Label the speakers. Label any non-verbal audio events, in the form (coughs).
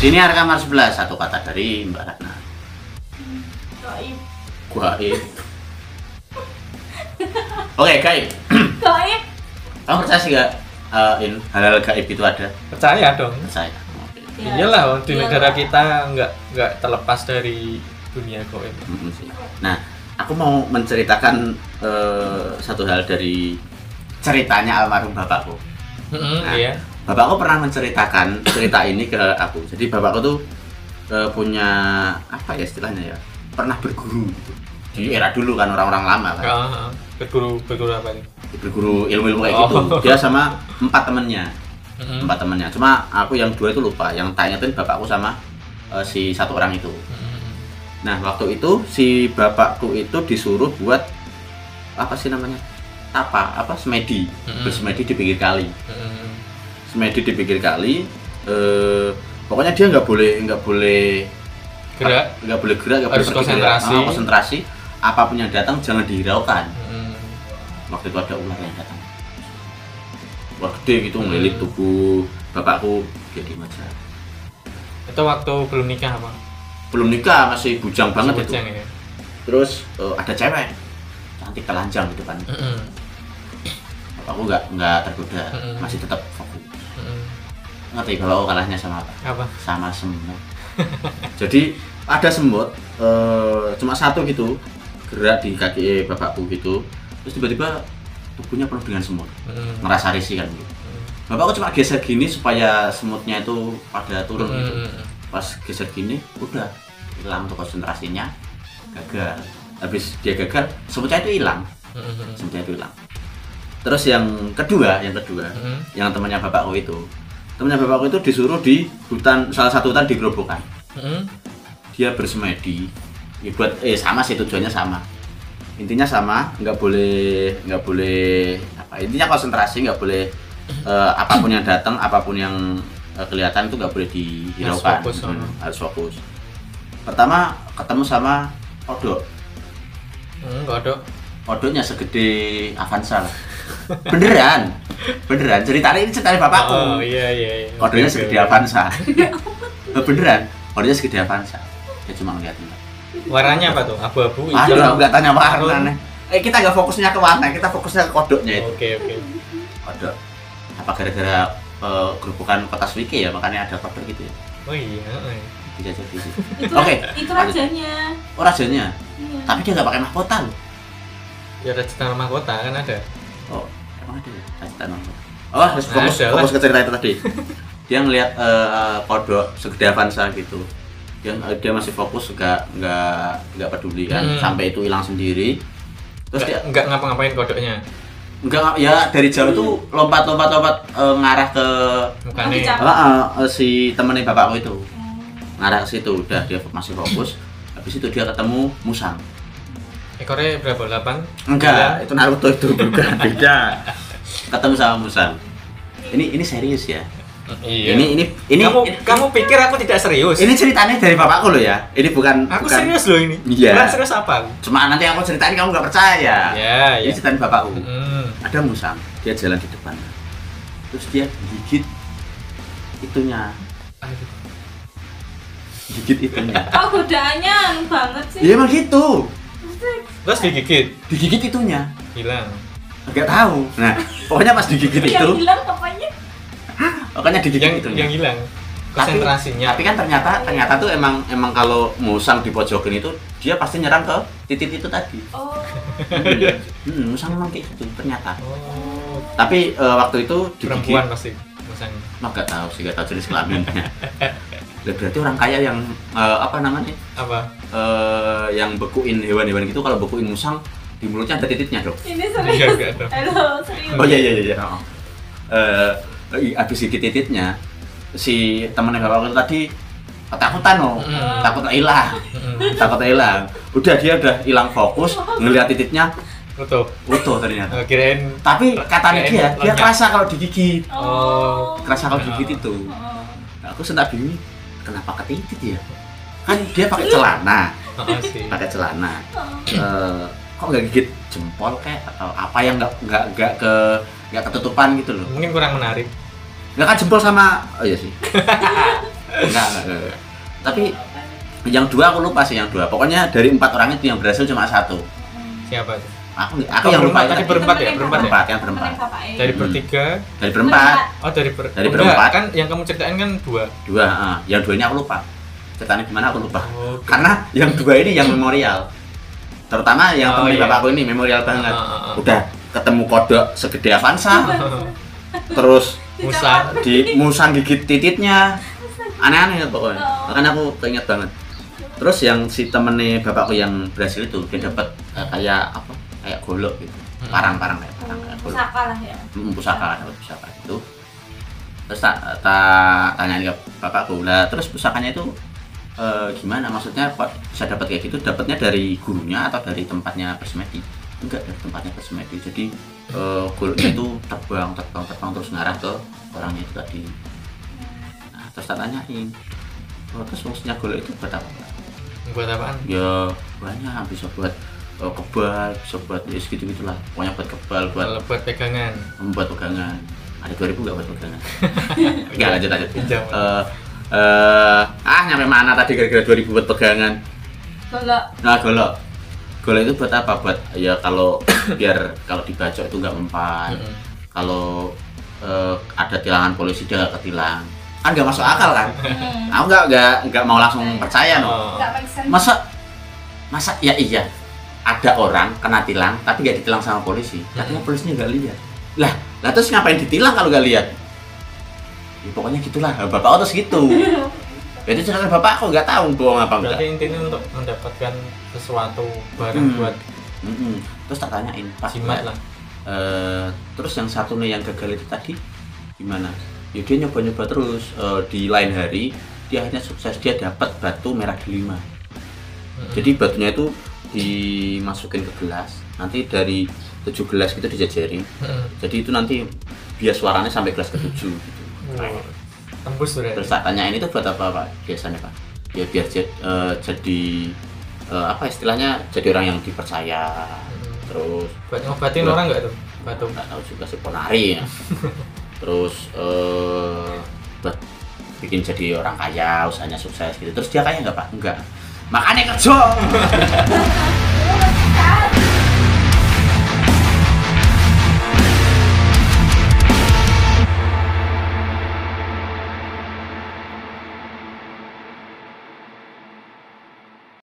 Speaker 1: Sini ada kamar sebelah satu kata dari Mbak Ratna.
Speaker 2: Goib.
Speaker 1: Gaib. Oke, gaib.
Speaker 2: Goib.
Speaker 1: Kamu percaya sih gak eh, in halal gaib itu ada?
Speaker 3: Percaya dong.
Speaker 1: Percaya.
Speaker 3: Iyalah di
Speaker 2: Ya. Iyalah.
Speaker 3: negara kita nggak nggak terlepas dari dunia goib.
Speaker 1: Mm-mm sih. Nah, aku mau menceritakan eh, satu hal dari ceritanya almarhum bapakku.
Speaker 3: Mm-mm,
Speaker 1: Nah.
Speaker 3: Iya.
Speaker 1: Bapakku pernah menceritakan cerita ini ke aku. Jadi bapakku tuh eh, punya apa ya istilahnya ya? Pernah berguru gitu. Di era dulu kan orang-orang lama kan.
Speaker 3: Ah, ah. berguru berguru apa nih?
Speaker 1: Berguru ilmu-ilmu kayak gitu.
Speaker 3: Oh. Hmm?
Speaker 1: Dia sama empat temennya,
Speaker 3: Mm-mm.
Speaker 1: empat temennya. Cuma aku yang dua itu lupa. Yang tanya tuh bapakku sama eh, si satu orang itu.
Speaker 3: Mm-mm.
Speaker 1: Nah, waktu itu si bapakku itu disuruh buat apa sih namanya? Tapa, apa semedi.
Speaker 3: Mm-mm.
Speaker 1: Bersemedi di pinggir kali.
Speaker 3: Mm-mm.
Speaker 1: Semedi di pinggir kali eh pokoknya dia nggak boleh nggak boleh
Speaker 3: Gerak.
Speaker 1: nggak boleh gerak, nggak boleh
Speaker 3: Harus
Speaker 1: pergi gerak.
Speaker 3: konsentrasi.
Speaker 1: Ah, konsentrasi. Apapun yang datang jangan dihiraukan.
Speaker 3: Mm-mm.
Speaker 1: Waktu itu ada ular yang datang. Wah gede gitu ngelilit tubuh bapakku jadi macam
Speaker 3: Itu waktu belum nikah apa?
Speaker 1: belum nikah masih bujang banget
Speaker 3: Masih
Speaker 1: itu.
Speaker 3: bujang ya.
Speaker 1: Terus eh, ada cewek cantik telanjang di depan.
Speaker 3: Mm-mm.
Speaker 1: aku nggak nggak tergoda
Speaker 3: Mm-mm.
Speaker 1: masih tetap fokus
Speaker 3: Mm-mm.
Speaker 1: ngerti kalau kalahnya sama apa
Speaker 3: Apa?
Speaker 1: sama
Speaker 3: (laughs)
Speaker 1: semut jadi ada semut eh, cuma satu gitu gerak di kaki bapakku gitu terus tiba-tiba tubuhnya penuh dengan semut
Speaker 3: Mm-mm.
Speaker 1: ngerasa risih kan gitu. bapakku cuma geser gini supaya semutnya itu pada turun gitu
Speaker 3: Mm-mm.
Speaker 1: pas geser gini udah hilang tuh konsentrasinya gagal habis dia gagal semutnya itu hilang
Speaker 3: Mm-mm.
Speaker 1: semutnya itu hilang terus yang kedua yang kedua
Speaker 3: Mm-mm.
Speaker 1: yang temannya bapakku itu temannya bapakku itu disuruh di hutan salah satu hutan di Gerobokan
Speaker 3: Mm-mm.
Speaker 1: dia bersemedi ya buat eh sama sih tujuannya sama intinya sama nggak boleh nggak boleh apa intinya konsentrasi nggak boleh eh, apapun yang datang apapun yang eh, kelihatan itu nggak boleh dihiraukan
Speaker 3: Harus fokus,
Speaker 1: Hmm,
Speaker 3: oh.
Speaker 1: harus fokus pertama ketemu sama odok
Speaker 3: Mm, Godok.
Speaker 1: odoknya segede Avanza
Speaker 3: (laughs)
Speaker 1: lah. beneran beneran ceritanya ini ceritanya bapakku
Speaker 3: Oh iya iya. iya.
Speaker 1: Ordernya
Speaker 3: Oke,
Speaker 1: segede
Speaker 3: oke.
Speaker 1: Avanza. (laughs) Eh, Beneran, ordernya segede Avanza. Dia cuma ngeliat ngeliat.
Speaker 3: Warnanya apa tuh? Abu-abu,
Speaker 1: Aduh, aku nggak tanya warna
Speaker 3: Marun.
Speaker 1: nih. Eh kita nggak fokusnya ke warna, kita fokusnya ke kodoknya itu.
Speaker 3: Oke oke. Oh,
Speaker 1: Kodok. Apa gara-gara eh, gerobokan kota Swike ya, makanya ada kodok gitu ya.
Speaker 3: Oh iya. eh.
Speaker 1: Bisa jadi sih.
Speaker 2: Itu,
Speaker 1: Oke.
Speaker 2: itu
Speaker 1: lanjut.
Speaker 2: rajanya.
Speaker 1: Oh rajanya,
Speaker 2: Iya.
Speaker 1: tapi dia nggak pakai mahkota loh.
Speaker 3: Ya Rajitan Mahkota kan ada.
Speaker 1: Oh, emang ada ya? Rajutan mahkota. Oh, harus fokus,
Speaker 3: Ada Nah, ya, lah.
Speaker 1: fokus ke cerita itu tadi. Dia ngeliat eh, kodok segede Avanza gitu. Dia, dia masih fokus, nggak nggak nggak peduli kan.
Speaker 3: Hmm.
Speaker 1: Sampai itu hilang sendiri. Terus dia
Speaker 3: Nggak, nggak ngapa-ngapain kodoknya.
Speaker 1: Enggak ya dari jauh itu lompat-lompat-lompat eh, ngarah ke
Speaker 3: Mukanya.
Speaker 2: Rajitan.
Speaker 1: apa, eh, si temennya bapakku itu ngarah ke situ udah dia masih fokus habis itu dia ketemu musang
Speaker 3: Ekornya berapa? 8?
Speaker 1: enggak itu Naruto itu (laughs) bukan beda ketemu sama musang ini ini serius ya
Speaker 3: Iya.
Speaker 1: ini ini ini
Speaker 3: kamu
Speaker 1: ini,
Speaker 3: kamu pikir aku tidak serius?
Speaker 1: ini ceritanya dari bapakku loh ya ini bukan
Speaker 3: aku
Speaker 1: bukan-
Speaker 3: serius loh ini.
Speaker 1: Iya.
Speaker 3: Kurang serius apa?
Speaker 1: cuma nanti aku ceritain kamu nggak percaya
Speaker 3: Ya
Speaker 1: ini
Speaker 3: ya.
Speaker 1: ceritain bapakku
Speaker 3: Hmm.
Speaker 1: ada musang dia jalan di depan terus dia gigit itunya
Speaker 3: Aduh.
Speaker 1: gigit (laughs) itunya
Speaker 2: Kok godaannya anu banget sih?
Speaker 1: Iya emang gitu.
Speaker 3: Terus digigit,
Speaker 1: Digigit itunya.
Speaker 3: hilang.
Speaker 1: Enggak tahu. Nah, pokoknya pas digigit itu,
Speaker 2: Yang hilang apanya?
Speaker 1: pokoknya digigit
Speaker 3: Yang
Speaker 1: itunya.
Speaker 3: yang hilang.
Speaker 1: Tapi-
Speaker 3: Konsentrasinya.
Speaker 1: Tapi kan ternyata ternyata tuh emang emang kalau musang di pojokin itu dia pasti nyerang ke titik itu
Speaker 3: (laughs)
Speaker 1: tadi.
Speaker 2: Oh.
Speaker 1: Hmm, musang emang kayak gitu ternyata.
Speaker 3: Oh,
Speaker 1: Tapi eh, waktu itu digigit,
Speaker 3: perempuan pasti. Masang.
Speaker 1: mah nggak tahu sih, nggak tahu jenis
Speaker 3: (laughs)
Speaker 1: kelaminnya. Lah, berarti orang kaya yang eh, apa namanya?
Speaker 3: Apa?
Speaker 1: eh, yang bekuin hewan-hewan gitu kalau bekuin musang di mulutnya ada titiknya dong.
Speaker 2: Ini
Speaker 3: Iya,
Speaker 2: serius.
Speaker 3: nggak tahu.
Speaker 2: Halo, serius.
Speaker 1: Oh iya iya iya, iya. Eh i- abis gigit titiknya si temennya bapak itu tadi ketakutan loh,
Speaker 3: Mm.
Speaker 1: takut hilang,
Speaker 3: Mm-mm.
Speaker 1: takut hilang. Udah dia udah hilang fokus, ngelihat titiknya
Speaker 3: Tutup.
Speaker 1: utuh ternyata.
Speaker 3: Oh, Kirain
Speaker 1: Tapi katanya
Speaker 3: Kayak
Speaker 1: dia, dia
Speaker 3: lenyap.
Speaker 1: kerasa kalau digigit,
Speaker 2: Oh.
Speaker 1: kerasa kalau
Speaker 3: Oh.
Speaker 1: digigit itu.
Speaker 2: Oh.
Speaker 1: Nah, aku sentak bingung, kenapa ketitit ya? Kan dia pakai celana,
Speaker 3: Heeh sih.
Speaker 1: pakai celana.
Speaker 2: Oh.
Speaker 1: Eh, kok nggak gigit jempol kayak atau apa yang nggak nggak nggak ke nggak ketutupan gitu loh?
Speaker 3: Mungkin kurang menarik. (laughs)
Speaker 1: Nggak kan jempol sama oh iya sih. enggak, enggak, enggak, enggak. tapi yang dua aku lupa sih yang dua pokoknya dari empat orang itu yang berhasil cuma satu
Speaker 3: Siapa tuh?
Speaker 1: aku aku
Speaker 3: Oh,
Speaker 1: yang lupa
Speaker 3: berempat,
Speaker 1: itu
Speaker 3: tadi
Speaker 1: tadi.
Speaker 3: berempat. ya, berempat ya?
Speaker 2: Berempat
Speaker 1: Berempat, yang berempat.
Speaker 3: Dari
Speaker 1: Hmm.
Speaker 3: bertiga.
Speaker 1: dari berempat
Speaker 3: Oh dari ber
Speaker 1: Dari
Speaker 3: enggak,
Speaker 1: berempat.
Speaker 3: kan yang kamu ceritain kan dua.
Speaker 1: dua ah. yang dua ini aku lupa ceritanya gimana aku lupa
Speaker 3: Oh,
Speaker 1: karena yang dua ini yang memorial terutama yang
Speaker 3: Oh,
Speaker 1: temen
Speaker 3: iya.
Speaker 1: bapakku ini memorial banget
Speaker 3: Ah, ah, ah.
Speaker 1: udah ketemu kodok segede
Speaker 3: (laughs)
Speaker 1: Avanza terus
Speaker 3: Musa.
Speaker 1: di musang gigit tititnya aneh-aneh ya pokoknya
Speaker 2: Oh.
Speaker 1: makanya aku keinget banget terus yang si temennya bapakku yang berhasil itu dia dapat eh, kayak apa kayak golok gitu
Speaker 3: Hmm.
Speaker 1: parang-parang kayak parang kayak golok
Speaker 2: Pusaka lah ya.
Speaker 1: Hmm, pusaka dapat pusaka itu terus tak tak tanyain ke bapakku lah terus pusakanya itu eh, gimana maksudnya kok bisa dapat kayak gitu dapatnya dari gurunya atau dari tempatnya persemedi enggak dari tempatnya persemedi jadi eh goloknya itu terbang terbang terbang terus ngarah ke orangnya itu tadi nah, terus tak tanyain oh, terus fungsinya golok itu buat apa Pak?"
Speaker 3: Buat apaan?
Speaker 1: ya banyak bisa buat eh, kebal bisa buat ya segitu gitulah pokoknya buat kebal buat
Speaker 3: Kalau Buat pegangan.
Speaker 1: membuat pegangan ada 2000 nggak buat pegangan nggak lanjut lanjut
Speaker 3: Pinjam.
Speaker 1: Eh, eh, ah nyampe mana tadi gara-gara 2000 buat pegangan
Speaker 2: Kalau
Speaker 1: nah golok golok itu buat apa buat ya kalau (coughs) biar kalau dibacok itu nggak mempan
Speaker 3: Mm-mm.
Speaker 1: kalau eh, ada tilangan polisi dia nggak ketilang kan nggak masuk akal kan (laughs) aku nggak nggak nggak mau langsung percaya no
Speaker 3: Oh.
Speaker 2: Hmm. nggak make sense.
Speaker 1: masa masa ya iya ada orang kena tilang tapi nggak ditilang sama polisi katanya polisinya nggak lihat lah lah terus ngapain ditilang kalau nggak lihat ya pokoknya gitulah bapak terus gitu ya itu cerita bapak aku nggak tahu bohong apa enggak
Speaker 3: Berarti intinya untuk mendapatkan sesuatu barang
Speaker 1: Hmm.
Speaker 3: buat
Speaker 1: Mm-mm. terus tak tanyain pas
Speaker 3: jimat lah.
Speaker 1: Eh, terus yang satu nih yang gagal itu tadi gimana ya dia nyoba-nyoba terus Eh, di lain hari dia akhirnya sukses dia dapat batu merah delima
Speaker 3: Mm-mm.
Speaker 1: Jadi batunya itu dimasukin ke gelas, nanti dari tujuh gelas gitu dijajarin.
Speaker 3: Mm-mm.
Speaker 1: Jadi itu nanti bias suaranya sampai gelas ketujuh gitu.
Speaker 3: Wow. Tembus tuh
Speaker 1: Terus
Speaker 3: berarti.
Speaker 1: tak tanyain itu buat apa pak biasanya pak? Ya biar jad- eh, jadi eh, apa istilahnya jadi orang yang dipercaya.
Speaker 3: Mm-mm.
Speaker 1: Terus
Speaker 3: Buat ngobatin
Speaker 1: Buat-
Speaker 3: orang nggak tuh? Batu.
Speaker 1: nggak tahu juga sih ponari ya. Terus eh, buat bikin jadi orang kaya, usahanya sukses gitu. Terus dia kaya nggak pak? Enggak. Makanya kerja.